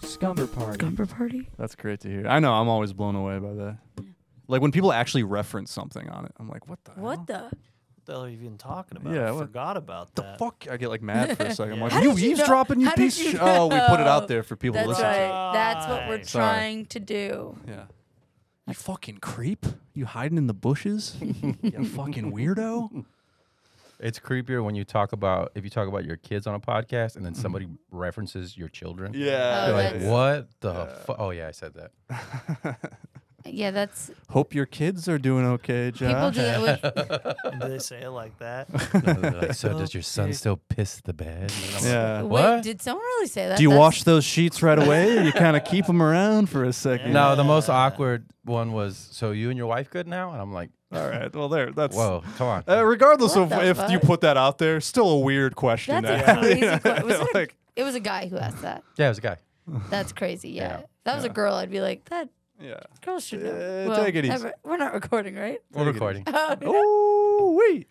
Scumber party. Gumper party? That's great to hear. I know. I'm always blown away by that. Like when people actually reference something on it, I'm like, what the? What hell? the? What the hell are you even talking about? Yeah, I what- forgot about the that. fuck? I get like mad for a second. I'm Yeah. like, How you did you know- eavesdropping, you how did piece of you sh-" Oh, we put it know? out there for people That's to listen right. That's what we're Sorry. trying to do. to. Yeah. You fucking creep. You hiding in the bushes. you fucking weirdo. It's creepier when you talk about if you talk about your kids on a podcast and then somebody references your children. Yeah. You're Oh, like, that's- what the fu- Oh yeah, I said that. Yeah, that's Hope your kids are doing okay, people Josh. do that with Do they say it like that? No, they're like, so does Okay. your son still piss the bed? And I'm like, yeah. Wait, What? did someone really say that? Do you That's- wash those sheets right away, or you kind of keep them around for a second? No, the most awkward one was so you and your wife good now, and I'm like, All right. Well, there. That's. whoa, come on. Uh, regardless What of the if you fuck? put that out there, still a weird question. That's to a have, you crazy know? question. Was it, a, Like, it was a guy who asked that. yeah, it was a guy. That's crazy. Yeah. Yeah. If that was a girl. I'd be like, that yeah. girl should know. Uh, take it easy. Oh. never- We're not recording, right? We're recording. Ooh wee.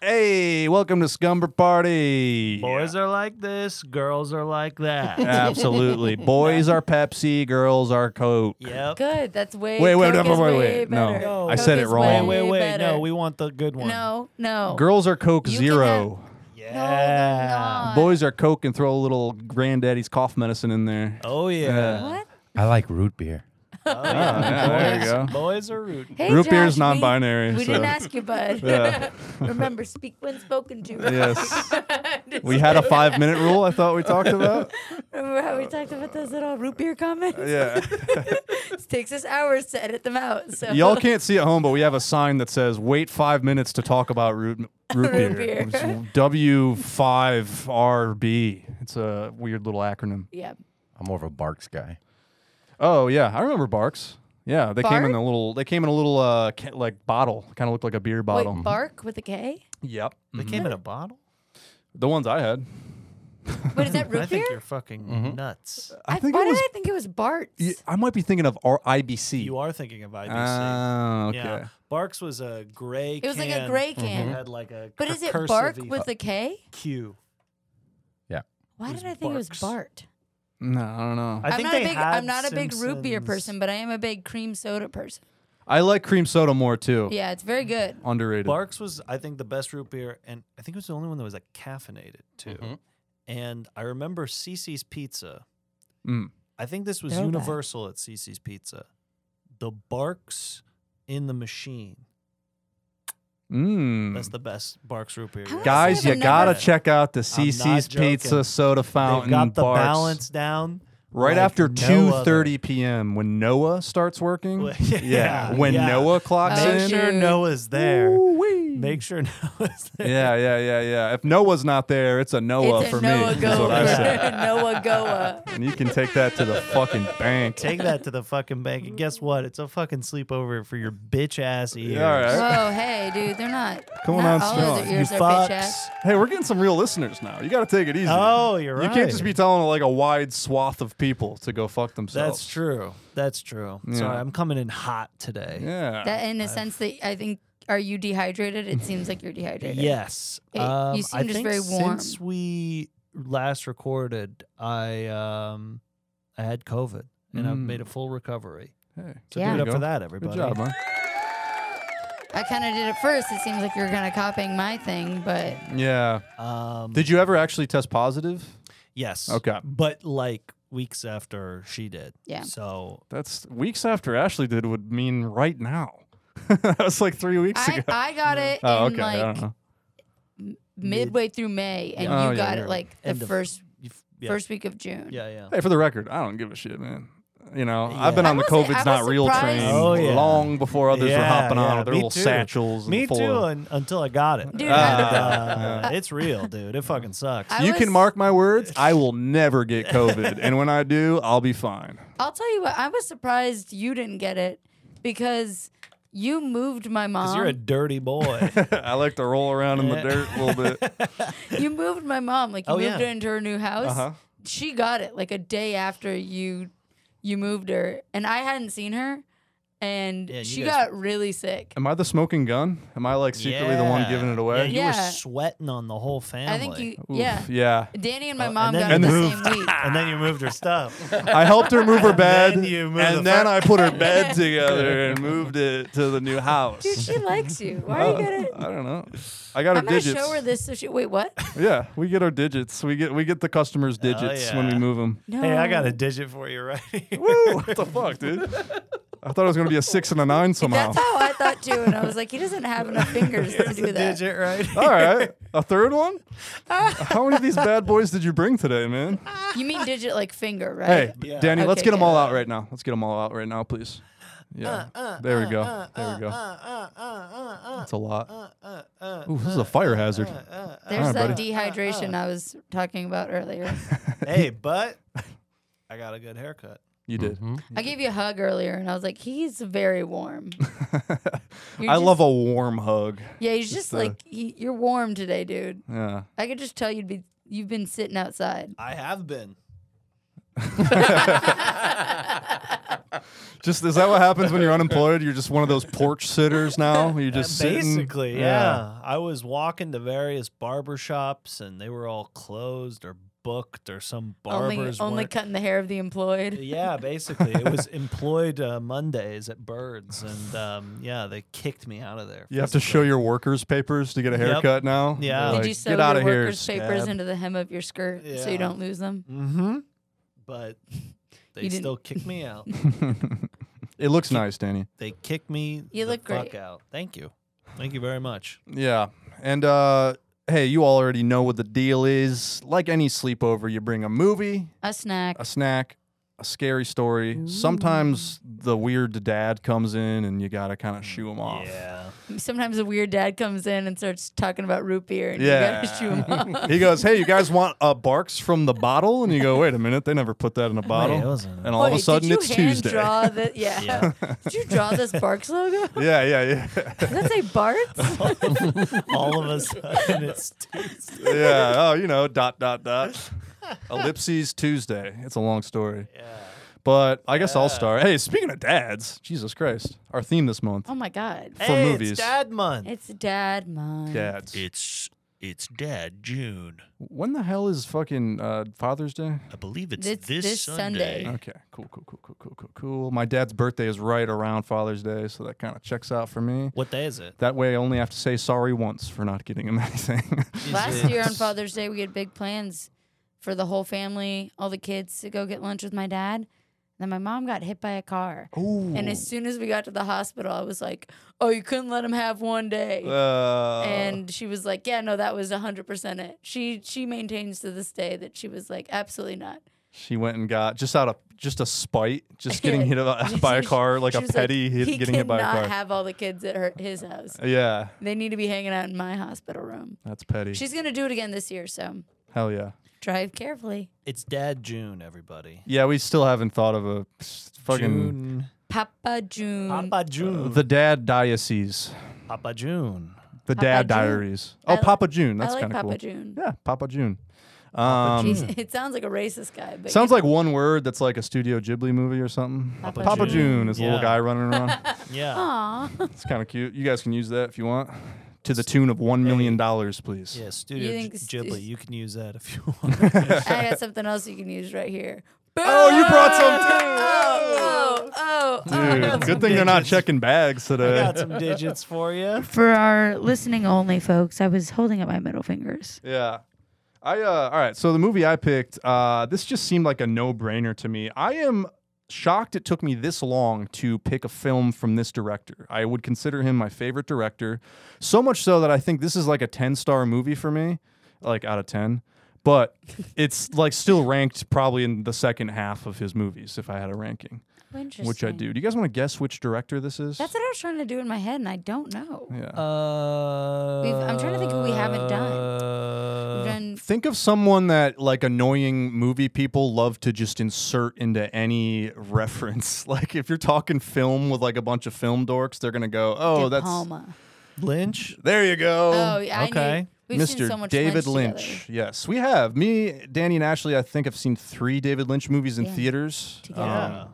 Hey, welcome to Scumber Party. Boys are like this, girls are like that. Absolutely. Boys are Pepsi, girls are Coke. yep. Good. That's way. Wait, wait, Coke no, is wait, way wait. No. better. No. I Coke said it is Wait, wrong. wait, Way wait. better. No, we want the good one. No, no. Girls are Coke You Zero. No, they're Yeah. not. Boys are Coke and throw a little granddaddy's cough medicine in there. Oh yeah. What? I like root beer. yeah, Oh, Uh, Ah, there you go. Boys are rude. Hey, Root beer is Josh, we- non-binary, We, so- didn't ask you, bud. Yeah. Remember, speak when spoken to. Yes. We had a five minute rule I thought we talked about. Remember how we talked about those little root beer comments? Yeah. it takes us hours to edit them out. So Y'all can't see at home, but we have a sign that says wait five minutes to talk about root, root beer. beer. It's W5RB. It's a weird little acronym. Yeah. I'm more of a Barks guy. Oh yeah, I remember Barks. Yeah, they came in a little. They came in a little uh ca- like bottle, kind of looked like a beer bottle. Wait, bark with a K? Yep. They Mm-hmm. came in a bottle. The ones I had. Wait, is that root beer? I think you're fucking Mm-hmm. nuts. I think why it was. did I think it was Bart's? y- I might be thinking of R- IBC. You are thinking of IBC. Ah, okay. Mm-hmm. Yeah. Barks was a gray. It was like a can gray can. that Had like a. But is it cursive bark E- with a K? Q? Why It did was I think it was Barks. Bart? No, I don't know. I, I I'm think not a they big had I'm not a big root beer Simpsons- person, but I am a big cream soda person. like cream soda more too. Yeah, it's very good. Underrated. Barks was, I think, the best root beer, and I think it was the only one that was like caffeinated too. Mm-hmm. Mhm. And I remember CC's Pizza. Mm. I think this was Throwback. universal at CC's Pizza. The Barks in the machine. Mm. That's the best Barks root beer. I wanna Guys, say you I've gotta never- check out the I'm not CC's Pizza joking. Soda They've Fountain. got the Barks. balance down. Right like after no two thirty other. p.m. when Noah starts working. Well, yeah. yeah, When yeah. Noah clocks Oh, in. Make sure dude. Noah's there. Ooh-wee. Make sure Noah's there. Yeah, yeah, yeah, yeah. If Noah's not there, it's a Noah it's for a Noah me. That's what I said. Goa. Noah Goa. And you can take that to the fucking bank. Take that to the fucking bank. And guess what? It's a fucking sleepover for your bitch ass ears. all right. Whoa, Oh, hey, dude, they're not. Come on, not all strong. of their You ears are bitch fucks. ass. hey, we're getting some real listeners now. You got to take it easy. Oh, you're You right. can't just be telling like a wide swath of people to go fuck themselves. That's true. That's true. Yeah. Sorry, I'm coming in hot today. Yeah. That in a sense that I think, are you dehydrated? It seems like you're dehydrated. Yes. Hey, you um, seem I just think very warm. Since we last recorded, I um, I had COVID and I've Mm. made a full recovery. hey, So There Yeah. give it up you for go. that, Good everybody. job, man. I kind of did it first. It seems like you're kind of copying my thing, but Yeah. Um, Did you ever actually test positive? Yes. Okay. But like weeks after she did. Yeah. So That's weeks after Ashley did would mean right now. that was like three weeks I, ago. I got it oh, in okay. I don't like know. midway through May, and Yeah. Oh, you yeah, got you're right. it like the End of- first you f- yeah. first week of June. Yeah, yeah. Hey, for the record, I don't give a shit, man. You know, I've been Yeah. on the I wasn't- COVID's I was not real surprised. train Oh, yeah. long before others were Yeah, hopping on yeah, with their me little too. satchels. Me and full too, of- un- until I got it. Dude, Ah. Uh, it's real, dude. It fucking sucks. I you was- can mark my words. I will never get COVID, and when I do, I'll be fine. I'll tell you what, I was surprised you didn't get it because you moved my Because mom. you're a dirty boy. I like to roll around in the dirt a little bit. you moved my mom. Like you Oh, moved yeah. her into her new house. Uh-huh. she got it like a day after you you moved her, and I hadn't seen her, and Yeah, you she guys- got really sick. Am I the smoking gun? Am I like secretly the one giving it away? Yeah, you Yeah. were sweating on the whole family. I think you, Oof, yeah. yeah. Danny and my Oh, mom and got then it you the moved. same week. and then you moved her stuff. I helped her move her bed, then and you then, moved the fir- I put her bed together and moved it to the new Dude, house. she likes you. Why are you gonna? I don't know. I got her I'm gonna Oh. digits. show her this. So she wait, what? Yeah, we get our digits. We get we get the customers' digits when we Oh, yeah. move them. No. Hey, I got a digit for you right here. Woo! What the fuck, dude? I thought it was gonna be a six and a nine somehow. That's how I thought too, and I was like, he doesn't have enough fingers to Here's do a that. digit right here. All right, a third one. How many of these bad boys did you bring today, man? You mean digit like finger, right? Hey, Yeah. Danny, let's Okay, get them all yeah. out right now. Let's get them all out right now, please. Uh, Yeah, there we go. there we go. uh, That's a lot. Ooh, this is a fire hazard. There's All right, that dehydration I was talking about earlier. Hey, but I got a good haircut. You did. I gave you a hug earlier, and I was like, he's very warm. You're I just- love a warm hug. Yeah, he's just the- like he, you're warm today, dude. Yeah. I could just tell you'd be you've been sitting outside. I have been. Just is that what happens when you're unemployed? You're just one of those porch sitters now. You're just sitting. Basically, yeah. I was walking to various barber shops and they were all closed or booked or some Only barbers only weren't. cutting the hair of the employed. yeah, basically, it was employed uh, Mondays at Birds, and um, yeah, they kicked me out of there. You have to show your workers papers to get a Yep. haircut now. You're Yeah. Did Did like, you sew get your out of here. workers' papers scab." into the hem of your skirt so Yeah. you don't lose them? Mm-hmm. But they didn't- still kicked me out. It looks nice, Danny. they kicked me. You the look fuck great. out. Thank you. Thank you very much. Yeah. And uh hey, you all already know what the deal is. Like any sleepover, you bring a movie, A snack. a snack, a scary story. Sometimes the weird dad comes in and you gotta Mm, kind of shoo him off. Yeah. Sometimes a weird dad comes in and starts talking about root beer and Yeah. you gotta shoot him off. He goes, "Hey, you guys want uh, Barks from the bottle?" And you go, "Wait a minute, they never put that in a bottle." it wasn't. and all of Wait, a sudden, did you it's hand Tuesday. Draw the, yeah. Did you draw this Barks logo? Yeah, yeah, yeah, Does that say Barks? all of a sudden, it's Tuesday. yeah. Oh, you know, dot dot dot. Ellipses Tuesday. It's a long story, Yeah. but I guess I'll start. Hey, speaking of dads, Jesus Christ, our theme this month oh my God. for hey, movies, it's Dad Month. It's dad month. dads. It's it's Dad June. When the hell is fucking uh, Father's Day? I believe It's this Sunday. Okay, cool, cool, cool, cool, cool, cool, cool. My dad's birthday is right around Father's Day, so that kind of checks out for me. What day is it? That way, I only have to say sorry once for not getting him anything. Last year on Father's Day, we had big plans for the whole family, all the kids to go get lunch with my dad. Then my mom got hit by a car. And as soon as we got to the hospital, I was like, oh, you couldn't let him have one day. Uh, and she was like, "Yeah, no, that was hundred percent it." She she maintains to this day that she was like, "Absolutely not." she went and got just out of just a spite, just getting hit She- a- by a car, like she a was petty hit, "He getting hit by a cannot car. Have all the kids at her, his house. yeah, They need to be hanging out in my hospital room. that's petty. She's gonna do it again this year, so Hell yeah. drive carefully. It's Dad June, everybody. Yeah, we still haven't thought of a s- fucking June. Papa June. Papa June. the Dad Diocese, Papa June. the Papa Dad June? Diaries. Oh, like- Papa June. That's I like kind of Papa cool. June. Yeah, Papa June. Um, He's- it sounds like a racist guy, but Sounds like one word that's like a Studio Ghibli movie or something. Papa Papa, June. June. is a little Yeah. guy running around. Yeah. Aw. it's kind of cute. You guys can use that if you want. To the tune of one million dollars, please. Yeah, Studio think G- stu- Ghibli. You can use that if you want. I got something else you can use right here. Oh, you brought some too. Oh, oh, oh. Dude, good thing they're not checking bags I today. got some digits for you. For our listening only folks, I was holding up my middle fingers. Yeah. I uh all right, so the movie I picked, uh this just seemed like a no-brainer to me. I am shocked it took me this long to pick a film from this director. I would consider him my favorite director, so much so that I think this is like a 10-star movie for me, like out of 10. But it's like still ranked probably in the second half of his movies if I had a ranking, Interesting. which I do. Do you guys want to guess which director this is? That's what I was trying to do in my head, and I don't know. yeah. Uh, I'm trying to think who we haven't done. Uh, done. Then Think of someone that like annoying movie people love to just insert into any reference. Like if you're talking film with like a bunch of film dorks, they're gonna go, "Oh, De that's Palma. Lynch. There you go. Oh, yeah, I okay. knew. We've Mr. seen so much David Lynch. Lynch. together. Yes, we have. Me, Danny, and Ashley, I think, have seen three David Lynch movies in Yeah. theaters. Um, Together. Yeah.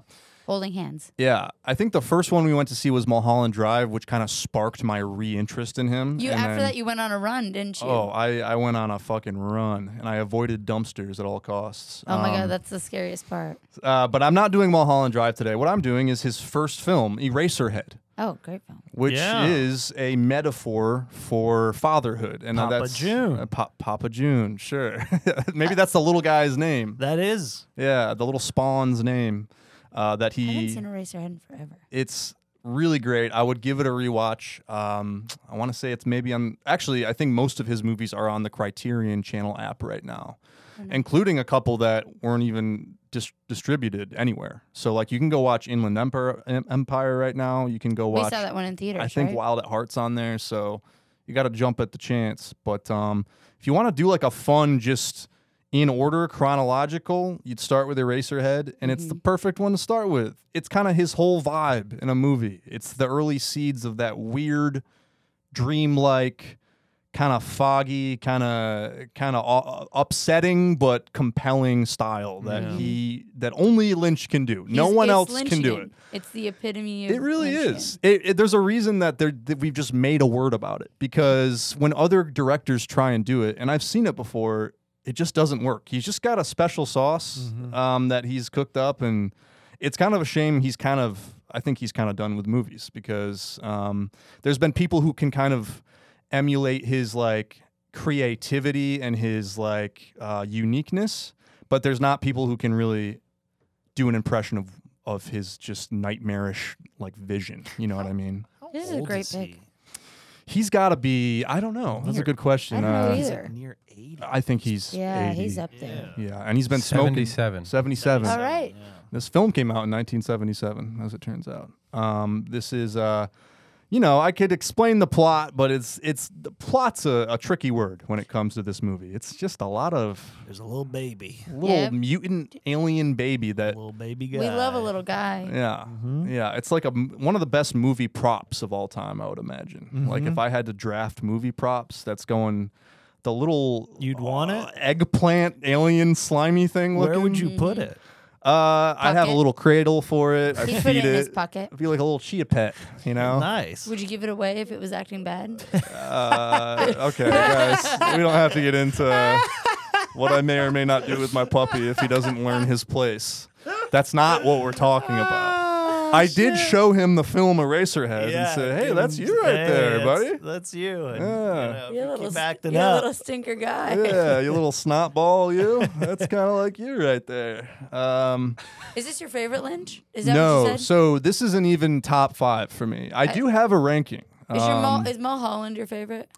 Holding hands. yeah. I think the first one we went to see was Mulholland Drive, which kind of sparked my reinterest in him. You Mm, And after then- that you went on a run, didn't you? Oh, I, I went on a fucking run and I avoided dumpsters at all costs. Oh my Um, god, that's the scariest part. Uh, but I'm not doing Mulholland Drive today. What I'm doing is his first film, Eraserhead, Oh, great film. which Yeah. is a metaphor for fatherhood. And uh, Papa that's June. uh, Pa- Papa June, sure. Maybe that's the little guy's name. That is. Yeah, the little spawn's name uh, that I haven't he. seen Eraserhead in forever. It's really great. I would give it a rewatch. Um, I want to say it's maybe on. Actually, I think most of his movies are on the Criterion Channel app right now, including a couple that weren't even dis- distributed anywhere. So like you can go watch Inland Empire, Em- Empire right now. You can go We watch. saw that one in theaters. I think right? Wild at Heart's on there, so you got to jump at the chance. But um, if you want to do like a fun, just in order chronological, you'd start with Eraserhead, and it's Mm-hmm. the perfect one to start with. It's kind of his whole vibe in a movie. It's the early seeds of that weird, dreamlike, kind of foggy, kind of kind of upsetting but compelling style that Yeah. he that only Lynch can do. no He's- one it's else can do Lynchian. it. It's the epitome of It really Lynchian. is. It, it, there's a reason that, there, that we've just made a word about it because when other directors try and do it, and I've seen it before, it just doesn't work. He's just got a special sauce um, that he's cooked up, and it's kind of a shame. He's kind of, I think he's kind of done with movies because um, there's been people who can kind of emulate his like creativity and his like uh, uniqueness, but there's not people who can really do an impression of of his just nightmarish like vision. You know what I mean? How This is a old great he? pick. He's got to be. I don't know. That's a Near- good question. I don't know uh, either. He's like near 80. I think he's. Yeah, 80. he's up there. Yeah, and he's been smoking. 77. 77. All right. Yeah. This film came out in 1977, as it turns out. Um, this is, uh, you know, I could explain the plot, but it's it's the plot's a, a tricky word when it comes to this movie. It's just a lot of There's a little baby. little Yep. mutant alien baby that Little baby guy. We love a little guy. Yeah, Mm-hmm. yeah. It's like a m- one of the best movie props of all time. I would imagine. Like Mm-hmm. if I had to draft movie props, that's going the little You'd want uh, it? eggplant alien slimy thing. Where looking. would you put it? Uh, I'd have a Pocket? little cradle for it. I He'd feed put it. it in his pocket. It'd be like a little chia pet, you know. Nice. Would you give it away if it was acting bad? Uh, okay, guys, we don't have to get into what I may or may not do with my puppy if he doesn't learn his place. That's not what we're talking about. Oh, I did show him the film Eraserhead and said, "Hey, give that's him- you right hey, there, that's- buddy. That's you. And, Yeah. you know, if you keep acting you're a up. little stinker guy. Yeah, you little snot ball, you. That's kind of like you right there." Um, Is this your favorite Lynch? Is that what no, you said? Uh, so this is an even top five for me. I do have a ranking. is your Um, Mul- is Mulholland your favorite?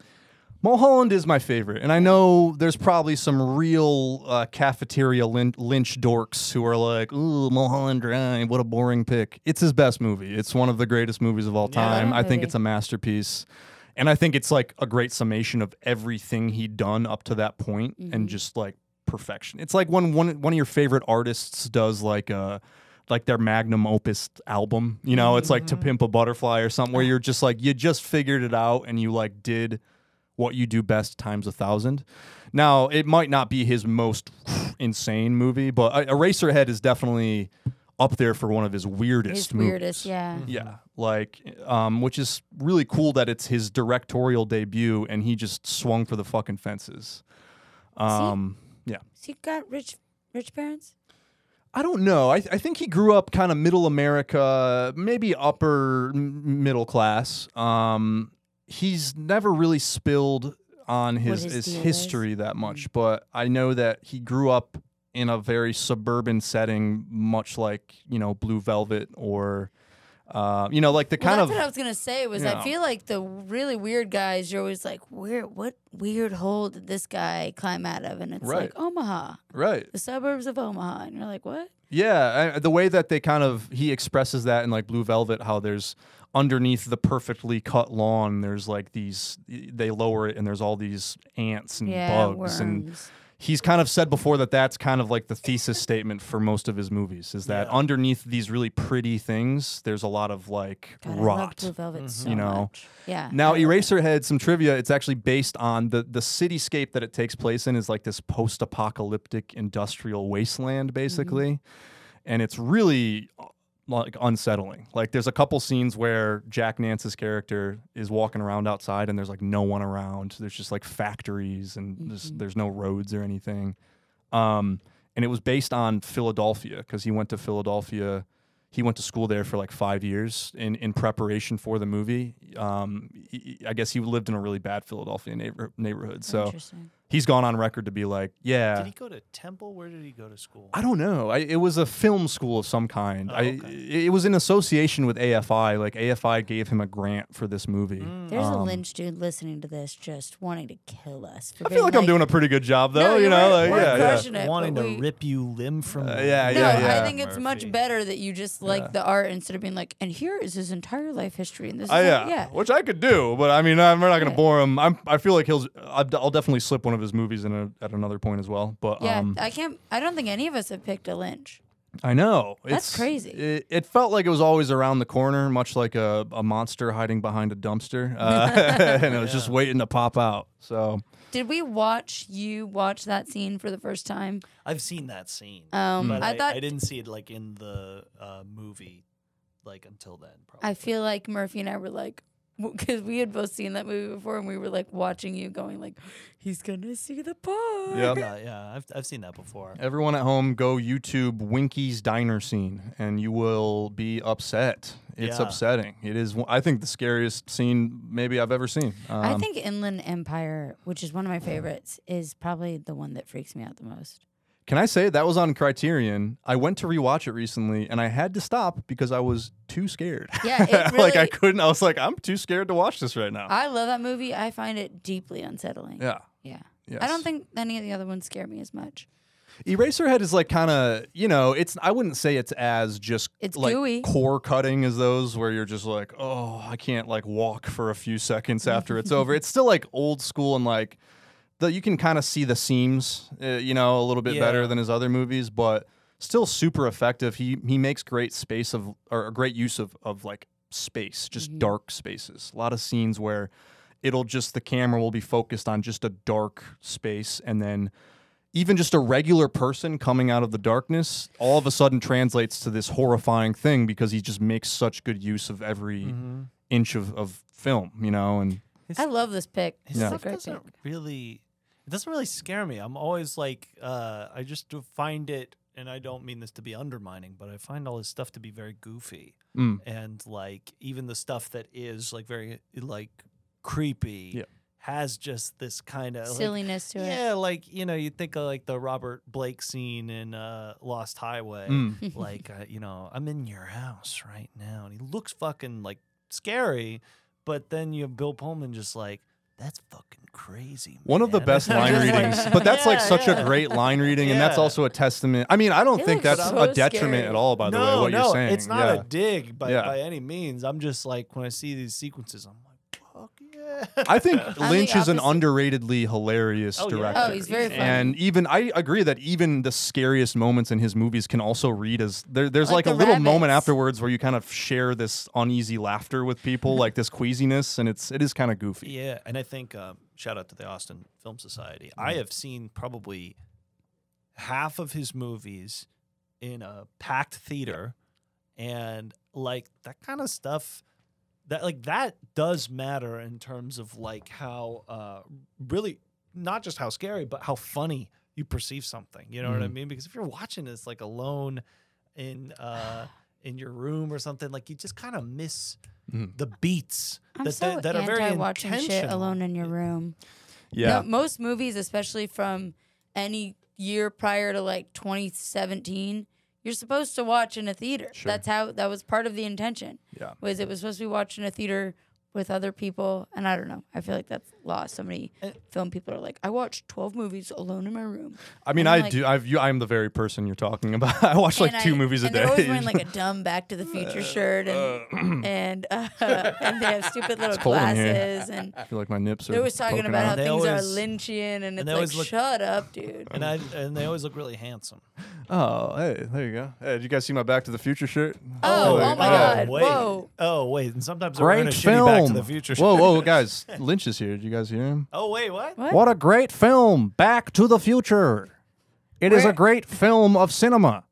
Mulholland is my favorite, and I know there's probably some real uh, cafeteria lyn- Lynch dorks who are like, "Ooh, Mulholland Drive, what a boring pick." It's his best movie. It's one of the greatest movies of all time. that I think movie. it's a masterpiece, and I think it's like a great summation of everything he'd done up to that point and just like perfection. It's like when one one of your favorite artists does like a like their magnum opus album, you know, it's like To Pimp a Butterfly or something where you're just like you just figured it out and you like did what you do best times a thousand. Now, it might not be his most insane movie, but uh, Eraserhead is definitely up there for one of his weirdest His movies. weirdest, yeah. Yeah, like, um, which is really cool that it's his directorial debut and he just swung for the fucking fences. Um, yeah. So you got rich, rich parents? I don't know. I, I think he grew up kind of middle America, maybe upper m- middle class. Um, he's never really spilled on his, his his deal is. Mm. history that much, but I know that he grew up in a very suburban setting, much like, you know, Blue Velvet or, uh, you know, like the Well, kind that's what I of. was gonna say. Was Yeah. I feel like the really weird guys, you're always like, where, what weird hole did this guy climb out of? And it's Right. like Omaha, Right. the suburbs of Omaha, and you're like, what? Yeah, I, the way that they kind of he expresses that in like Blue Velvet, how there's underneath the perfectly cut lawn, there's like these they lower it and there's all these ants and Yeah, bugs, worms. and he's kind of said before that that's kind of like the thesis statement for most of his movies is that Yeah. underneath these really pretty things, there's a lot of like God, I love rot. Blue Velvet so You know. much. Yeah. Now, Eraserhead, some trivia. It's actually based on the the cityscape that it takes place in is like this post apocalyptic industrial wasteland, basically, and it's really uh, like unsettling. Like, there's a couple scenes where Jack Nance's character is walking around outside, and there's like no one around. There's just like factories, and there's, there's no roads or anything. Um, and it was based on Philadelphia because he went to Philadelphia. He went to school there for like five years in, in preparation for the movie. Um, he- he- I guess he lived in a really bad Philadelphia neighbor, neighborhood. So Interesting. he's gone on record to be like, Did yeah. he go to Temple? Where did he go to school? I don't know. I, it was a film school of some kind. Oh, I, okay. it, it was in association with AFI. Like AFI gave him a grant for this movie. There's a Um, Lynch dude listening to this, just wanting to kill us. For I feel like, I'm doing a pretty good job though. No, you you're know, right. like We're yeah, yeah. crushing it, wanting but to we- rip you limb from. Uh, limb. yeah, No, yeah, yeah. I think it's much Murphy. better that you just like the art instead of being like, and here is his entire life history, and this is I, it." Oh, Uh, yeah, yeah. which I could do, but I mean, I'm not going to Yeah. bore him. I'm, I feel like he'll, I'll I'll definitely slip one of his movies in a, at another point as well. But Yeah, um, I can't. I don't think any of us have picked a Lynch. I know That's it's- crazy. It, it felt like it was always around the corner, much like a, a monster hiding behind a dumpster, uh, and it was just waiting to pop out. So Did we watch you watch that scene for the first time? I've seen that scene. Um, but I, I thought I didn't see it like in the uh, movie, like until then. Probably. I feel like Murphy and I were like, because we had both seen that movie before, and we were like watching you, going like, he's gonna see the part. Yep. Yeah, uh, yeah. I've I've seen that before. everyone at home, go YouTube Winky's diner scene, and you will be upset. It's Yeah. upsetting. It is. one- I think the scariest scene maybe I've ever seen. Um, I think Inland Empire, which is one of my favorites, is probably the one that freaks me out the most. Can I say that was on Criterion? I went to rewatch it recently and I had to stop because I was too scared. Yeah, it really. like I couldn't. I was like, I'm too scared to watch this right now. I love that movie. I find it deeply unsettling. yeah. Yeah. Yes. I don't think any of the other ones scare me as much. Eraserhead is like kind of you know it's I wouldn't say it's as just It's like gooey. core cutting as those where you're just like oh I can't like walk for a few seconds after it's over. It's still like old school and like the you can kind of see the seams uh, you know a little bit better Yeah. than his other movies, but still super effective. He he makes great space of or great use of of like space, just dark spaces. A lot of scenes where it'll just the camera will be focused on just a dark space and then even just a regular person coming out of the darkness all of a sudden translates to this horrifying thing because he just makes such good use of every inch of, of film, you know, and I love this pick. His It's a stuff great doesn't pick. really. It doesn't really scare me. I'm always like, uh, I just do find it, and I don't mean this to be undermining, but I find all his stuff to be very goofy, Mm. and like even the stuff that is like very like creepy Yeah. has just this kind of Silliness to it. yeah, like you know, you think of like the Robert Blake scene in uh, Lost Highway, Mm. like uh, you know, I'm in your house right now, and he looks fucking like scary, but then you have Bill Pullman just like that's fucking crazy. one of the man." best line Just like- readings. But that's like Yeah, such yeah. a great line reading, and that's Yeah. also a testament. I mean, I don't It think looks that's so a detriment scary. at all, by the no, way, what no, you're saying. it's not Yeah. a dig by, Yeah. by any means. I'm just like when I see these sequences, I'm like, fuck yeah. I think the Lynch is an opposite. underratedly hilarious Oh, yeah. director. Oh, he's very funny. And even I agree that even the scariest moments in his movies can also read as there, there's Like like, a the little moment rabbits. afterwards where you kind of share this uneasy laughter with people, like this queasiness, and it's it is kind of goofy. Yeah, and I think um, shout out to the Austin Film Society. I Mm. have seen probably half of his movies in a packed theater, and like that kind of stuff. That like that does matter in terms of like how uh, really not just how scary, but how funny you perceive something. You know what I Mhm. mean? Because if you're watching this like alone in uh, in your room or something, like you just kind of miss Mhm. the beats I'm that, so that, that are very anti-watching shit intentional. alone in your room. Yeah. No, most movies, especially from any year prior to like 2017, you're supposed to watch in a theater. Sure. That's how that was part of the intention. Yeah. Was it was supposed to be watched in a theater with other people, and I don't know. I feel like that's lost. So many Uh, film people are like, I watched twelve movies alone in my room. I mean, And I like- do. I've, you, I'm the very person you're talking about. I watch like And two I- movies a and day. They're always wearing like a dumb Back to the Future shirt, and and, uh, and they have stupid little cold in here. glasses. And I feel like my nips are. they always talking poking about how out. They things are always- Lynchian, and it's they like, always look- shut up, dude. and I and they always look really handsome. Oh, hey, there you go. Hey, did you guys see my Back to the Future shirt? Oh, there oh you my go. God. Wait. Whoa. Oh wait, and sometimes we're in a Great shitty film. Back to the Future. Whoa, shirt. whoa, guys! Lynch is here. Did you guys hear him? Oh wait, what? What? What a great film, Back to the Future. It is Where- a great film of cinema.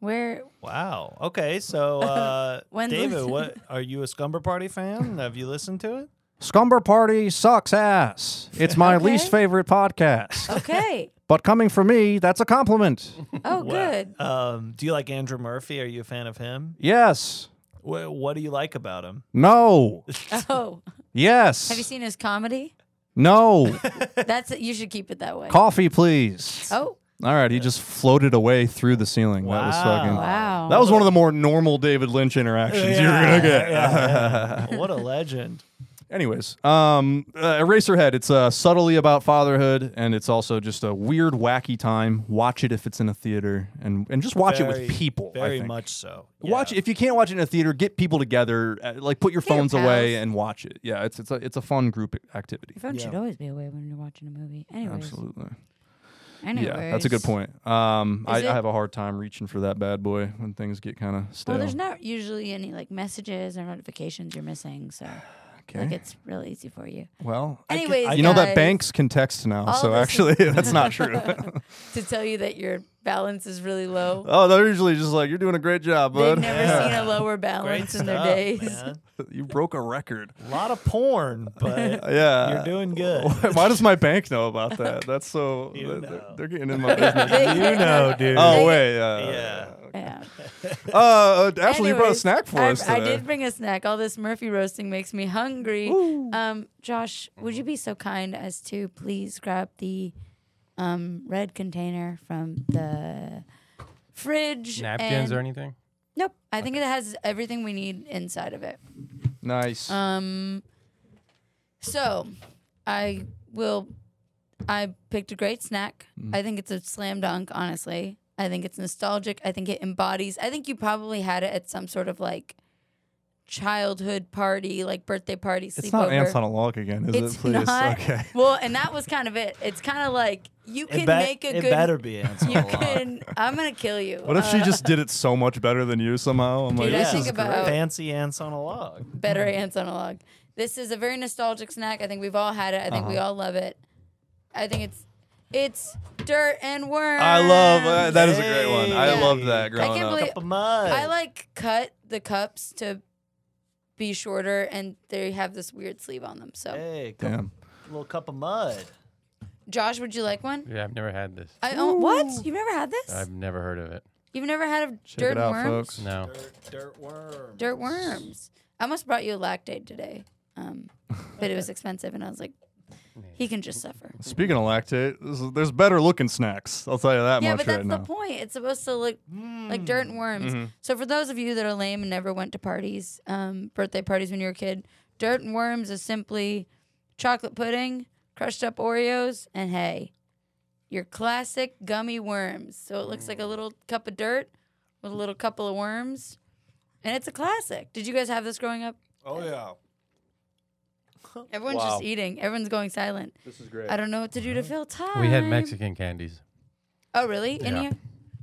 Where? Wow. Okay, so uh, When- David, what are you a Scumber Party fan? Have you listened to it? Scumber Party sucks ass. It's my Okay. least favorite podcast. Okay. But coming from me, that's a compliment. Oh, Wow. good. Um, do you like Andrew Murphy? Are you a fan of him? Yes. Wh- what do you like about him? No. Oh, Yes. have you seen his comedy? No. That's you should keep it that way. Coffee, please. Oh, All right, he just floated away through the ceiling. That was Wow. fucking. wow. That was one of the more normal David Lynch interactions you were Yeah, gonna get. yeah, yeah. what a legend. Anyways, um, uh, Eraserhead. It's uh, subtly about fatherhood, and it's also just a weird, wacky time. Watch it if it's in a theater, and and just watch it Very- with people. I Very think. much so. Watch Yeah. if you can't watch it in a theater, get people together. uh, Like put your your phones away pals. and watch it. Yeah, it's it's a it's a fun group activity. Your phone Yeah. should always be away when you're watching a movie. Anyways, Absolutely. Anyways. Yeah, that's a good point. Um, I, I Is it- have a hard time reaching for that bad boy when things get kind of stale. Well, there's not usually any like messages or notifications you're missing, so okay. like it's real easy for you. well, I- Anyways, you know that guys, banks can text now, all so this is- actually that's not true. to tell you that your balance is really low. oh, they're usually just like, "You're doing a great job, They've bud. never seen a lower balance in their stuff, days. man. you broke a record." A lot of porn, but Yeah, you're doing good. Why does my bank know about that? That's so You they're, know. they're getting in my business. They- you know, dude. oh wait, yeah, Yeah. Yeah. Uh, uh, Ashley, you brought a Anyways, snack for I, us today. I did um, bring a snack. All this Murphy roasting makes me hungry. Um, Josh, would you be so kind as to please grab the um, red container from the fridge? Napkins or and- anything? Nope. I think it has everything we need inside of it. Nice. Um, so I will. I picked a great snack. Mm. I think it's a slam dunk. Honestly, I think it's nostalgic. I think it embodies. I think you probably had it at some sort of like childhood party, like birthday party sleepover. it's not ants on a log again, is It's it? Please, not. okay. Well, and that was kind of it. It's kind of like you can it, bet- make a it good. better be answered. you can. I'm gonna kill you. What if she Uh, just did it so much better than you somehow? I'm like, Dude, I this think is about- great. fancy ants on a log. better ants on a log. This is a very nostalgic snack. I think we've all had it. I think we Uh-huh. all love it. I think it's it's dirt and worms. I love uh, that is a great one. I Yeah. love that growing can't up. believe- Cup of mud. I like cut the cups to be shorter, and they have this weird sleeve on them. So, Hey, cup, Damn. little cup of mud. Josh, would you like one? Yeah, I've never had this. I own, what? You've never had this? I've never heard of it. You've never had a Check dirt it out, worms? folks. No. Dirt, dirt worm. Dirt worms. I almost brought you a lactate today, um, but it was expensive, and I was like, he can just suffer. Speaking of lactate, this is, there's better looking snacks. I'll tell you that yeah, much but that's right the now. point. It's supposed to look like dirt Hmm. and worms. Mm-hmm. So for those of you that are lame and never went to parties, um, birthday parties when you were a kid, dirt and worms is simply chocolate pudding, crushed up Oreos, and hey, your classic gummy worms. So it looks like a little cup of dirt with a little couple of worms, and it's a classic. Did you guys have this growing up? Oh yeah. Everyone's just eating. Everyone's going silent. This is great. I don't know what to do to fill time. We had Mexican candies. Oh really? In Yeah. here,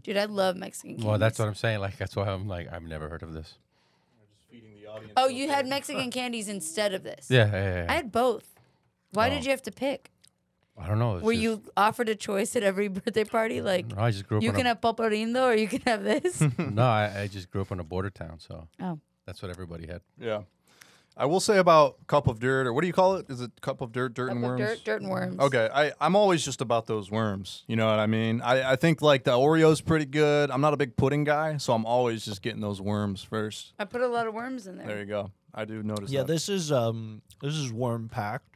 dude, I love Mexican. Candies. Well, that's what I'm saying. Like that's why I'm like I've never heard of this. Oh, you had Mexican candies instead of this. Yeah, yeah, yeah. I yeah. had both. Why did you have to pick? I, don't know. it's Were just- you offered a choice at every birthday party? Like, No, I just grew up. you in can a, have poporino or you can have this? no, I, I just grew up in a border town, so oh. that's what everybody had. Yeah. I will say about cup of dirt, or what do you call it? Is it cup of dirt, dirt and worms? Dirt, dirt and worms. Okay, I, I'm always just about those worms. You know what I mean? I, I think like the Oreo's pretty good. I'm not a big pudding guy, so I'm always just getting those worms first. I put a lot of worms in there. There you go. I do notice Yeah, that. this is um this is worm packed.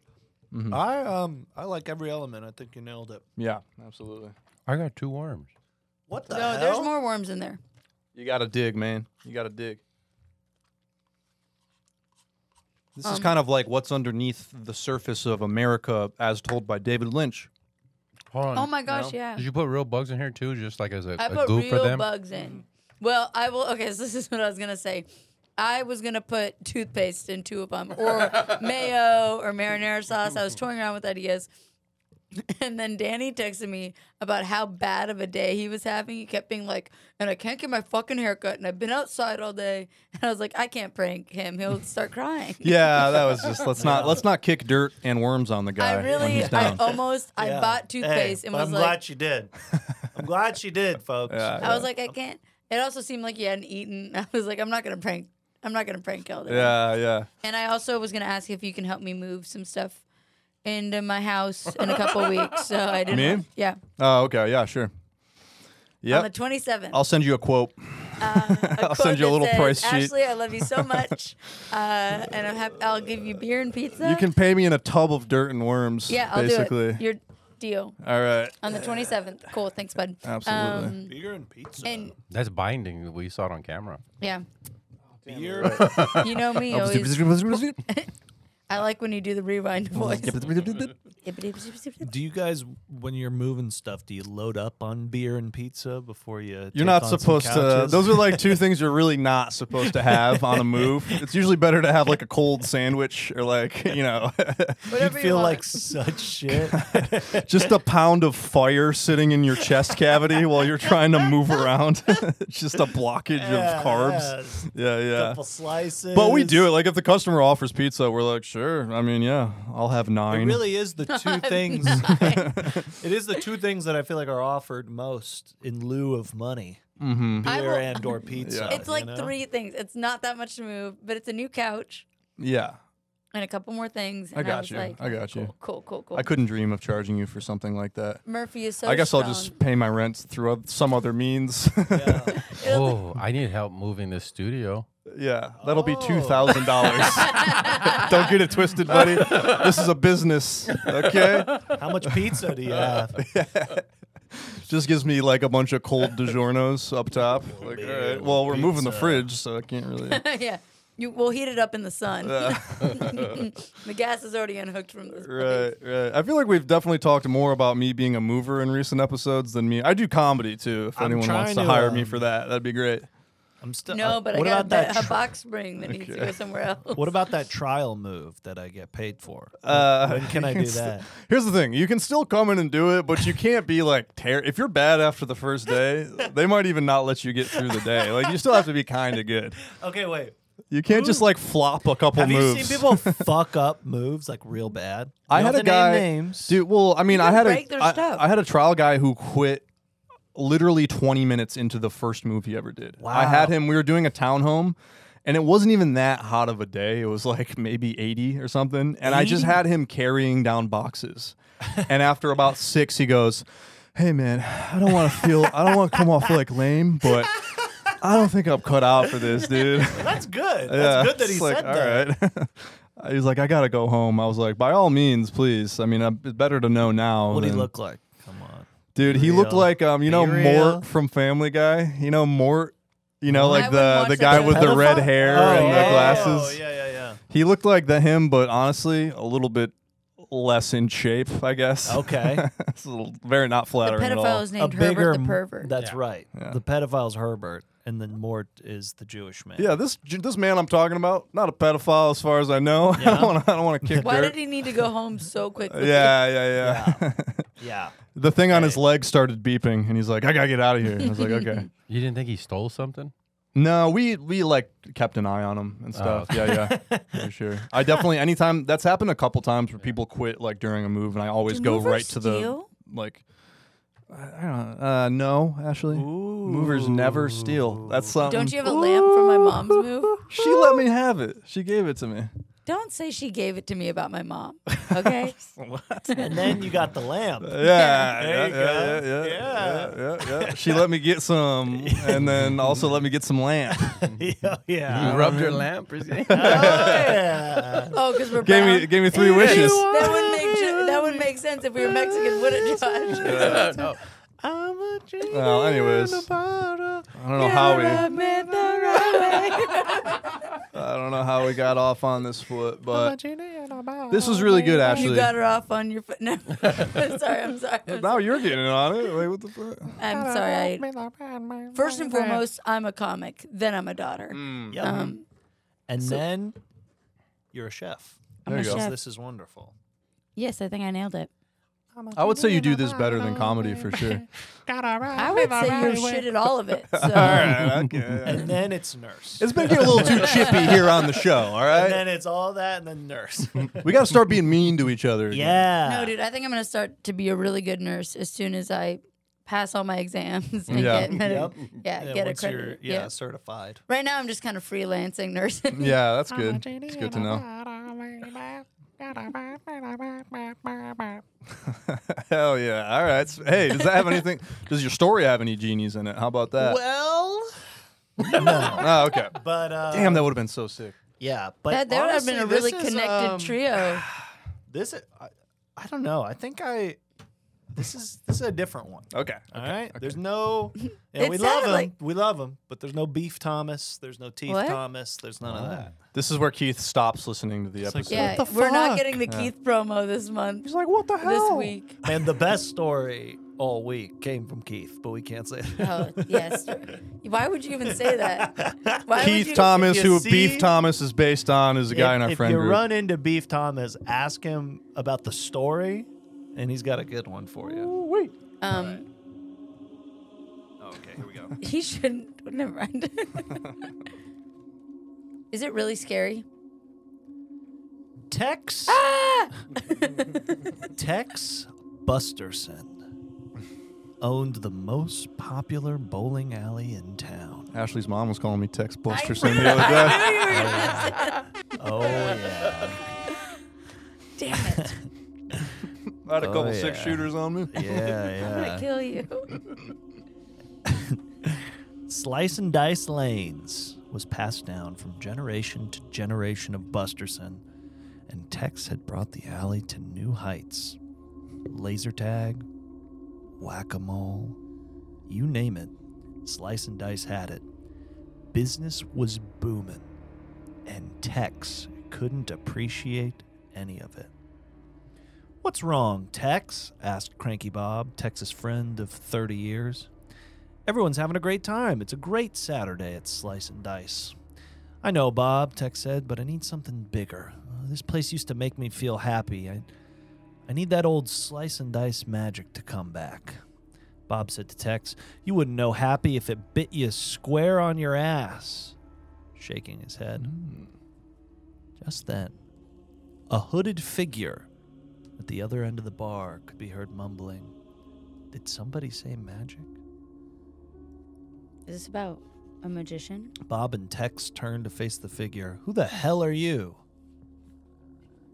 Mm-hmm. I um I like every element. I think you nailed it. yeah, absolutely. I got two worms. What the no, hell? there's more worms in there. You got to dig, man. You got to dig. This is Um, kind of like what's underneath the surface of America as told by David Lynch. Hold on. Oh my gosh, yeah. Did you put real bugs in here too, just like as a, I a put goof for real them? bugs in. Well, I will. Okay, so this is what I was gonna say. I was gonna put toothpaste in two of them, or mayo, or marinara sauce. I was toying around with ideas, and then Danny texted me about how bad of a day he was having. He kept being like, "And I can't get my fucking haircut, and I've been outside all day." And I was like, "I can't prank him. He'll start crying." Yeah, that was just let's not let's not kick dirt and worms on the guy. I when really, he's I down. almost, I Yeah. bought Hey, toothpaste and but was I'm like, Oh, glad she did. I'm glad she did, folks. Yeah. I was like, I can't. It also seemed like he hadn't eaten. I was like, I'm not gonna prank. I'm not gonna prank Kelda. yeah, yeah. And I also was gonna ask if you can help me move some stuff into my house in a couple weeks. So I didn't. Me? Yeah. Oh, okay, yeah, sure. On the Uh, Yep. 27th. I'll send you a quote. I'll send you a little price sheet. Ashley, I love you so much, uh, and I'm happy. I'll give you beer and pizza. You can pay me in a tub of dirt and worms. Yeah, I'll basically. do it. Your deal All right. on the 27th. Cool. Thanks, bud. Absolutely. Um, Beer and pizza. and That's binding. We saw it on camera. yeah, beer. you know me. always, I like when you do the rewind voice. do you guys, when you're moving stuff, do you load up on beer and pizza before you? You're not supposed to. Those are like two things you're really not supposed to have on a move. It's usually better to have like a cold sandwich or like you know, you Whatever you feel want. like such shit. just a pound of fire sitting in your chest cavity while you're trying to move around. It's just a blockage of carbs. Yes. Yeah, yeah. Couple slices. But we do it. Like if the customer offers pizza, we're like, sure. I mean, yeah, I'll have It nine. really is the two things. it is the two things that I feel like are offered most in lieu of money: Mm-hmm. I beer will- and or pizza. It's like uh, you know? three things. It's not that much to move, but it's a new couch Yeah, and a couple more things. I And I, got was you. Like, I got you. Cool, cool, cool. cool. I couldn't dream of charging you for something like that. Murphy is so. I guess I'll strong. just pay my rent through oth- some other means. Yeah. Oh, I need help moving this studio. Yeah, that'll be Oh. two thousand dollars. Don't get it twisted, buddy. This is a business, okay? How much pizza do you Uh, have? Just gives me like a bunch of cold DiGiornos up top. Like, all right, well, we're moving the Oh, Pizza. fridge, so I can't really. yeah. You, we'll heat it up in the sun. Yeah. the gas is already unhooked from this. Right, place. right. I feel like we've definitely talked more about me being a mover in recent episodes than me. I do comedy too. If I'm anyone wants trying to, to, hire me um, for that, that'd be great. I'm still. No, uh, but I what got about that? a, a tr- box spring that needs to go Okay. somewhere else. what about that trial move that I get paid for? Uh, when can I you do st- that? Here's the thing: you can still come in and do it, but you can't be like tear. If you're bad after the first day, they might even not let you get through the day. Like you still have to be kind of good. Okay, wait. You can't just like flop a couple Have moves. you seen people fuck up moves like real bad? I You had don't a have guy, to name names. dude. Well, I mean, I can had break a their I, stuff. I had a trial guy who quit literally 20 minutes into the first move he ever did. I had Wow. him. We were doing a townhome. And it wasn't even that hot of a day. It was like maybe 80 or something. And I just 80? had him carrying down boxes. and after about six, he goes, Hey, man, I don't want to feel, I don't want to come off like lame, but I don't think I'm cut out for this, dude. That's good. Yeah, That's good that it's he like, said that. All right. he was like, I gotta go home. I was like, by all means, please. I mean, uh, it's better to know now. What would he than- look like? Come on. dude? He looked real? like um, you Be know, real. Mort from Family Guy. You know, Mort. You know, I like wouldn't the watch the that guy show. with the red Pedophile? hair Oh, and the yeah, Oh, glasses. Yeah, yeah, yeah. He looked like the him, but honestly, a little bit less in shape, I guess. Okay. it's a little, very not The flattering at pedophile all. is named Herbert the pervert. That's right. Yeah. The pedophile's Herbert, and then Mort is the Jewish man. Yeah, this this man I'm talking about, not a pedophile as far as I know. I don't want to. I don't want to kick Why dirt. did he need to go home so quickly? yeah, yeah, yeah. Yeah. The thing on his leg started beeping, and he's like, "I gotta get out of here." And I was like, "Okay." You didn't think he stole something? No, we we like kept an eye on him and Oh. stuff. Yeah, yeah, for sure. I definitely anytime that's happened a couple times where people quit like during a move, and I always Do go movers right to the steal? like. I I don't know. Uh, no, Ashley. Movers never steal. That's something. Don't you have a lamp from my mom's move? She let me have it. She gave it to me. Don't say she gave it to me about my mom. Okay. and then you got the lamp. Oh, Yeah, yeah, There you yeah, go. yeah, yeah, yeah, yeah. She let me get some, and then also let me get some lamp. yeah. yeah. you rubbed your lamp or something? Oh, yeah. Oh, because we're Gave brown. me gave me three wishes. That would make ju- that would make sense if we were Mexican, would it, Josh? no. I'm a dreamer Well, anyways, I about a- don't know how we. I meant the right way. I don't don't know how we got off on this foot, but this was really good, You Ashley. got her off on your foot. No, I'm sorry. I'm sorry. I'm now sorry. you're getting on it. Like, what the fuck? I'm sorry. I, first and foremost, I'm a comic. Then I'm a daughter. Mm. Yep. Um, and then you're a chef. I'm There a you go. chef. This is wonderful. Yes, I think I nailed it. I would say you do this better than comedy for sure. I would say you're shit at all of it. So right, okay. And then it's nurse. It's been getting a little too chippy here on the show. All and right, then it's all that and then nurse. we got to start being mean to each other. again. yeah. no, dude, I think I'm gonna start to be a really good nurse as soon as I pass all my exams and Yeah. get medic- Yep. yeah, And get once you're, accredited. yeah, Yeah. certified. Right now, I'm just kind of freelancing nursing. Yeah, that's good. It's good to know. Hell yeah! All right. So- Hey, does that have anything? Does your story have any genies in it? How about Uh, that? Well, Oh, okay. but uh, Damn, that would have been so sick. yeah, but that that would have been a honestly, really this is, connected um, trio. This, is, I, I don't know. I think I. This is this is a different one. Okay. All right. There's no. Yeah, It we love sounded him. like- We love him. But there's no beef Thomas. There's no teeth What? Thomas. There's none of that. This is where Keith stops listening to the like, episode. Yeah, the we're not fuck? getting the Keith promo this month. He's like, what the This hell? week. And the best story all week came from Keith, but we can't say. That. Oh yes. Why would you even say that? Why would Keith you- Thomas, if you who see- Beef Thomas is based on, is a guy if, in our if friend you group. run into Beef Thomas, ask him about the story, and he's got a good one for you. Um, Okay, here we go. he shouldn't. Never mind. Is it really scary? Tex. Tex Busterson owned the most popular bowling alley in town. Ashley's mom was calling me text Busterson the other day. Oh yeah, Damn it! I had a Oh, couple six yeah. shooters on me. yeah, I'm gonna yeah. kill you. Slice and dice lanes was passed down from generation to generation of Busterson, and Tex had brought the alley to new heights. Laser tag, whack a mole, you name it, Slice and Dice had it. Business was booming, and Tex couldn't appreciate any of it. What's wrong, Tex? asked Cranky Bob, Tex's friend of 30 years. Everyone's having a great time. It's a great Saturday at Slice and Dice. I know, Bob, Tex said, but I need something bigger. Uh, This place used to make me feel happy. I, I need that old slice and dice magic to come back. Bob said to Tex, You wouldn't know happy if it bit you square on your ass. Shaking his head. Just then, a hooded figure at the other end of the bar could be heard mumbling, Did somebody say magic? Is this about a magician? Bob and Tex turned to face the figure. Who the hell are you?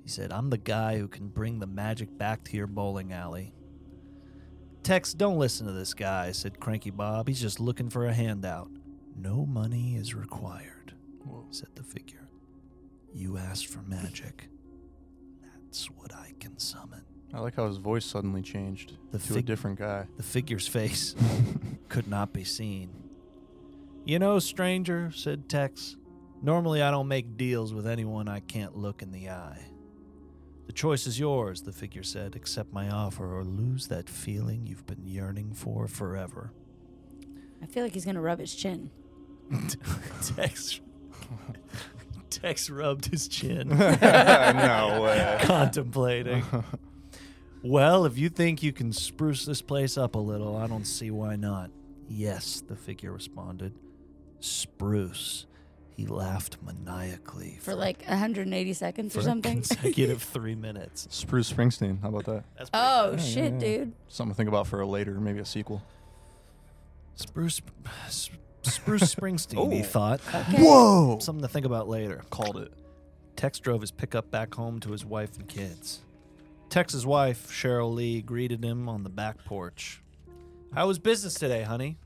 He said, I'm the guy who can bring the magic back to your bowling alley. Tex, don't listen to this guy, said Cranky Bob. He's just looking for a handout. No money is required, said the figure. You asked for magic. That's what I can summon. I like how his voice suddenly changed The to a fig- different guy. The figure's face could not be seen. You know, stranger, said Tex, normally I don't make deals with anyone I can't look in the eye. The choice is yours, the figure said. Accept my offer or lose that feeling you've been yearning for forever. I feel like he's gonna rub his chin. Tex. Tex rubbed his chin. no way. contemplating. well, if you think you can spruce this place up a little, I don't see why not. Yes, the figure responded. Spruce. He laughed maniacally For like 180 seconds for or a something. consecutive three minutes. Spruce Springsteen. How about that? That's pretty Oh Yeah, shit, yeah, yeah. dude! Something to think about for a later, maybe a sequel. Spruce, s- Spruce Springsteen. He Oh. thought. Whoa! Something to think about later. Called it. Tex drove his pickup back home to his wife and kids. Tex's wife, Cheryl Lee, greeted him on the back porch. How was business today, honey?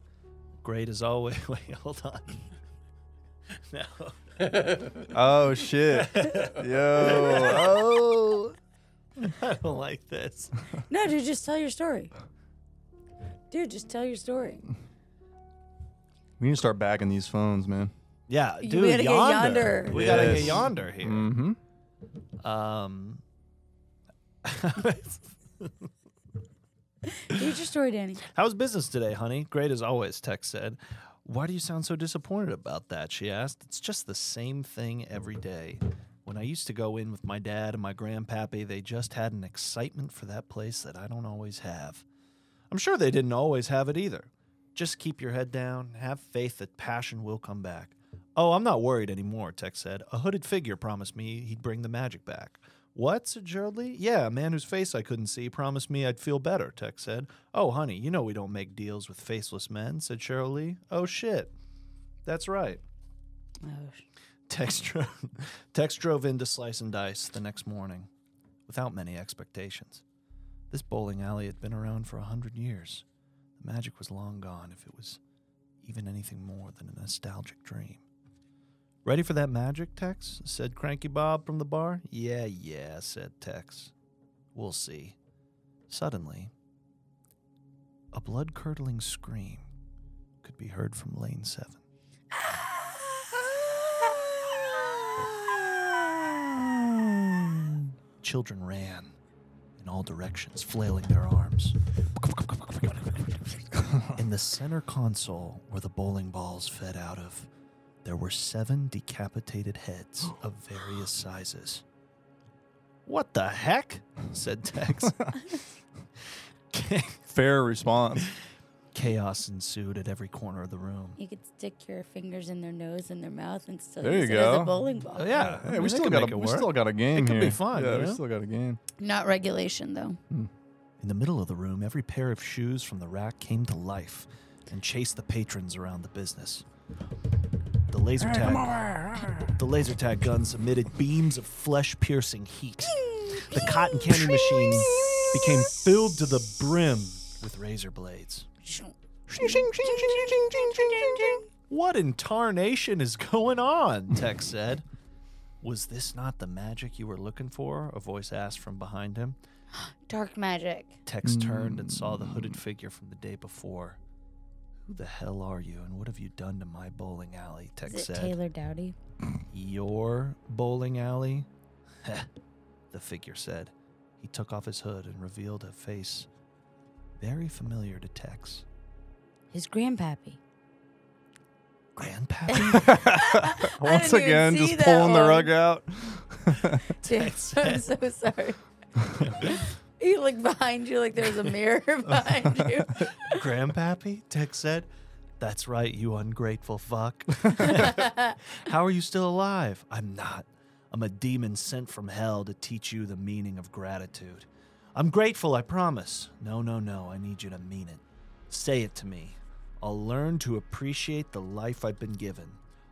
Great as always. Wait, hold on. no. Oh shit. Yo. Oh. I don't like this. No, dude, just tell your story. Dude, just tell your story. We need to start bagging these phones, man. Yeah, You dude, gotta get yonder. Yonder. We gotta get Yes. yonder here. Mm-hmm. Um, Here's your story, Danny. how's business today, honey? Great as always, Tex said. Why do you sound so disappointed about that? She asked. It's just the same thing every day. When I used to go in with my dad and my grandpappy, they just had an excitement for that place that I don't always have. I'm sure they didn't always have it either. Just keep your head down, have faith that passion will come back. Oh, I'm not worried anymore, Tex said. A hooded figure promised me he'd bring the magic back. What? said Gerald Lee. Yeah, a man whose face I couldn't see promised me I'd feel better, Tex said. Oh, honey, you know we don't make deals with faceless men, said Cheryl Lee. Oh, shit. That's right. Oh, Tex drove, Tex drove into Slice and Dice the next morning without many expectations. This bowling alley had been around for a hundred years. The magic was long gone if it was even anything more than a nostalgic dream. Ready for that magic, Tex? said Cranky Bob from the bar. Yeah, yeah, said Tex. We'll see. Suddenly, a blood curdling scream could be heard from Lane 7. Children ran in all directions, flailing their arms. In the center console, where the bowling balls fed out of, there were seven decapitated heads of various sizes. What the heck? said Tex. Fair response. Chaos ensued at every corner of the room. You could stick your fingers in their nose and their mouth and still There you use it as go. a bowling ball. Oh, yeah, I Hey, mean, we they still could got make a it we work. still got a game. could be here. fun, Yeah, you we know? still got a game. Not regulation though. In the middle of the room, every pair of shoes from the rack came to life and chased the patrons around the business. The laser tag, the laser tag guns emitted beams of flesh-piercing heat. The cotton candy machine became filled to the brim with razor blades. What in tarnation is going on? Tex said. Was this not the magic you were looking for? A voice asked from behind him. Dark magic. Tex turned and saw the hooded Mm. figure from the day before. Who the hell are you, and what have you done to my bowling alley? Tex Is it said. Taylor Dowdy? Your bowling alley? Heh, the figure said. He took off his hood and revealed a face very familiar to Tex. His grandpappy. Grandpappy? Once even again, see just that pulling the one. rug out. Dude, I'm so sorry. he looked behind you like there was a mirror behind you. Grandpappy? Tex said. That's right, you ungrateful fuck. How are you still alive? I'm not. I'm a demon sent from hell to teach you the meaning of gratitude. I'm grateful, I promise. No, no, no, I need you to mean it. Say it to me. I'll learn to appreciate the life I've been given.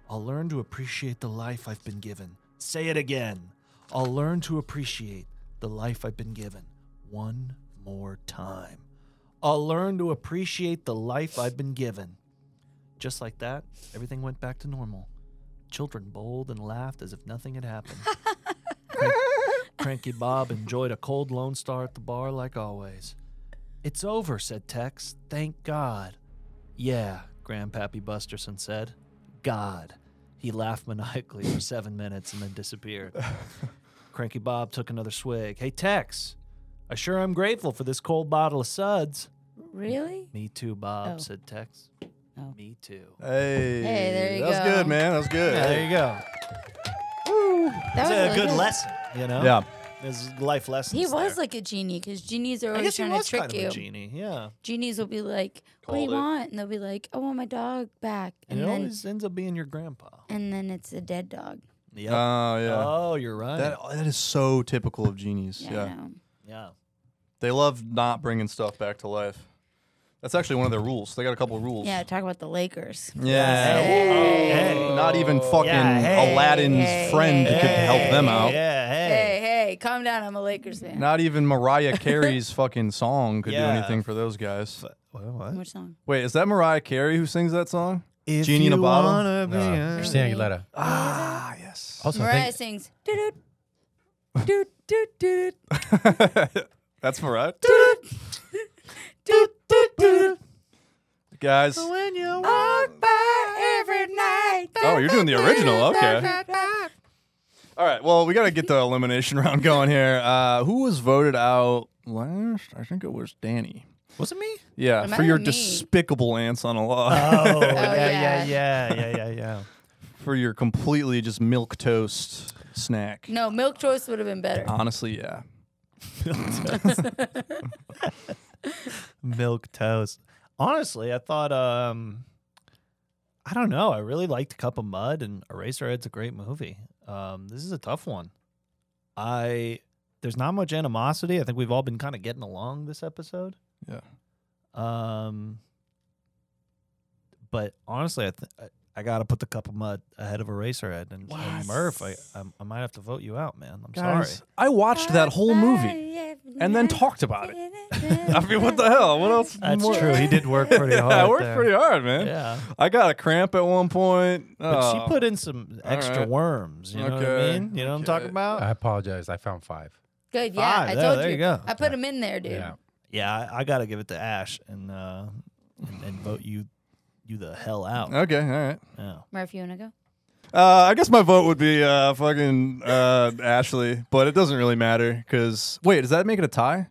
I'll learn to appreciate the life I've been given. Say it again. I'll learn to appreciate the life I've been given one more time. I'll learn to appreciate the life I've been given. Just like that, everything went back to normal. Children bowled and laughed as if nothing had happened. Crank- Cranky Bob enjoyed a cold Lone Star at the bar like always. It's over, said Tex. Thank God. Yeah, Grandpappy Busterson said. God. He laughed maniacally for seven minutes and then disappeared. Cranky Bob took another swig. Hey, Tex, I sure am grateful for this cold bottle of suds. really? Me too, Bob, Oh. said Tex. Oh. Me too. Hey, Hey, there you that's go. good, man. That's good. there you go. That It's was a really good lesson, you know? Yeah. There's life lessons. He was there. like a genie because genies are I always guess he trying to was trick kind you. of a genie, yeah. Genies will be like, "What do you Called it. want?" and they'll be like, "I want my dog back," and And it then always ends up being your grandpa. and then it's a dead dog. Yep. Oh yeah. Oh, you're right. that that is so typical of genies. Yeah, I yeah. know. yeah. They love not bringing stuff back to life. That's actually one of their rules. They got a couple rules. yeah. Talk about the Lakers. Yeah. Hey. Uh, Not even fucking Yeah, hey. Aladdin's Hey, friend could hey, help them out. Yeah, hey. Hey, hey, calm down. I'm a Lakers fan. Not even Mariah Carey's fucking song could Yeah. do anything for those guys. Which song? Wait, is that Mariah Carey who sings that song? If Genie in a you bottle? wanna be Uh, a- Christina Aguilera. Ah, yes. Also, I Mariah think, sings. Doot doot doot doot That's Mariah. doot doot doot. Guys, Ah. When you walk by every night. Oh, you're doing the original. Okay. All right. Well, we got to get the elimination round going here. Uh, who was voted out last? I think it was Danny. Was it me? Yeah, It might for your have been me. despicable ants on a Oh, log. yeah, yeah, yeah. yeah, yeah, yeah, yeah. for your completely just milk toast snack. No, milk toast would have been better. Honestly, yeah. Milk toast. Honestly, I thought um I don't know. I really liked Cup of Mud and Eraserhead's a great movie. Um this is a tough one. I there's not much animosity. I think we've all been kind of getting along this episode. Yeah. Um but honestly, I th- I, I got to put the Cup of Mud ahead of Eraserhead and, and Murph, I, I I might have to vote you out, man. I'm Guys, sorry. I watched that whole movie and then talked about it. I mean, what the hell? What else? more- did work pretty I worked pretty hard, man. Yeah. I got a cramp at one point. But Oh. she put in some All extra right. worms. You know what Okay. I mean? You know what I'm Okay. talking about? I apologize. I found five. Good, yeah. Fine, I there- told there you. you go. I put him in there, dude. Yeah. yeah, I, I got to give it to Ash and uh, and, and vote you you the hell out. Okay, all right. Yeah. Murph, you wanna go? Uh, I guess my vote would be uh, fucking uh, Ashley, but it doesn't really matter because wait, does that make it a tie?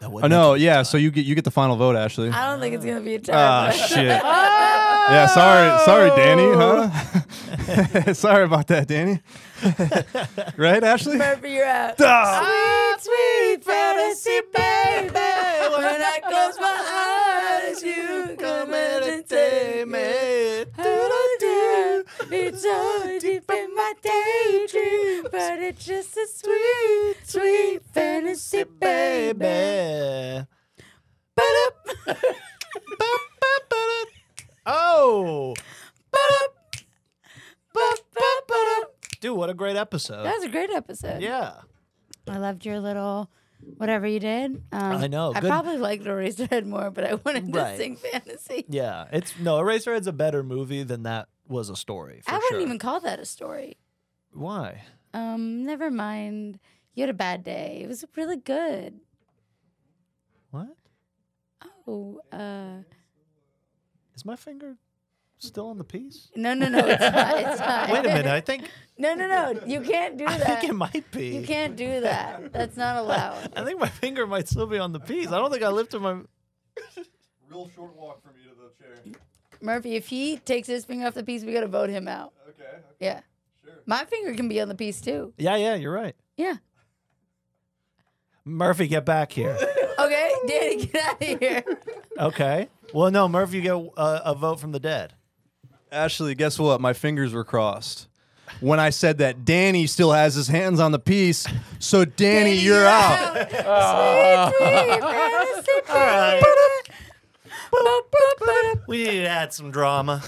That Oh would no, make it- yeah. So you get you get the final vote, Ashley. I don't think it's gonna be a Ah tie. but- shit. yeah, sorry, sorry, Danny, huh? sorry about that, Danny. right, Ashley? Murph, you're out. Ah! sweet fantasy, baby. When I close my eyes, you come and take me. Do-do-do. It's so deep in my daydream, but it's just a sweet, sweet fantasy, baby. baby. Ba-da- Oh, ba-da- ba-ba- ba-da. dude, what a great episode. That was a great episode. yeah. I loved your little whatever you did. Um, I know, I good- probably liked Eraserhead more, but I wanted Right. to sing fantasy. Yeah. It's no, Eraserhead's a better movie than that was a story. For I sure. wouldn't even call that a story. Why? Um, never mind. You had a bad day. It was really good. What? Oh, uh, Is my finger still on the piece? no, no, no, it's not. It's not. Wait a minute. I think No, no, no. You can't do I that. think it might be. you can't do that. That's not allowed. I think my finger might still be on the piece. I don't think I lifted my. Real short walk from you to the chair. Murphy, if he takes his finger off the piece, we gotta vote him out. Okay. Yeah. Sure. My finger can be on the piece too. Yeah, yeah, you're right. Yeah. Murphy, get back here. Okay, Danny, get out of here. Okay. Well, no, Murphy, you get uh, a, a vote from the dead. Ashley, guess what? My fingers were crossed when I said that Danny still has his hands on the piece. So Danny, you're, out. out. Sweet, sweet Ah. fantasy, baby. Ba-da- We need to add some drama.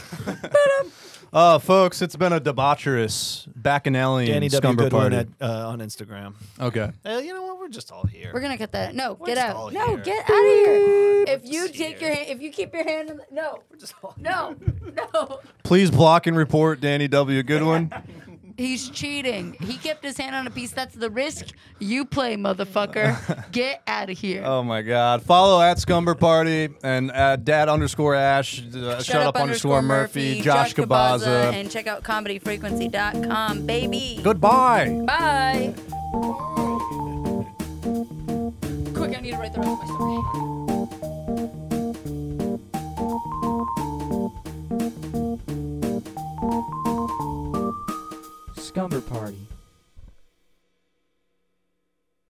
Uh, folks, it's been a debaucherous bacchanalian Danny E W. scumber Goodwin party. at, uh, on Instagram. Okay. Uh, you know what? We're just all here. We're gonna cut that. No, We're get just out. all No, here. get out of here. If We're you just take here. your hand, if you keep your hand, on the, no, We're just all no, no. Please block and report Danny W. Goodwin. He's cheating. He kept his hand on a piece. That's the risk you play, motherfucker. Get out of here. Oh my God! Follow at Scumber Party and at Dad underscore Ash. Uh, shut, up, underscore Murphy. Josh Kabaza. and check out comedyfrequency.com, baby. Goodbye. Bye. Quick, I need to write the rest of my story. Scumber Party.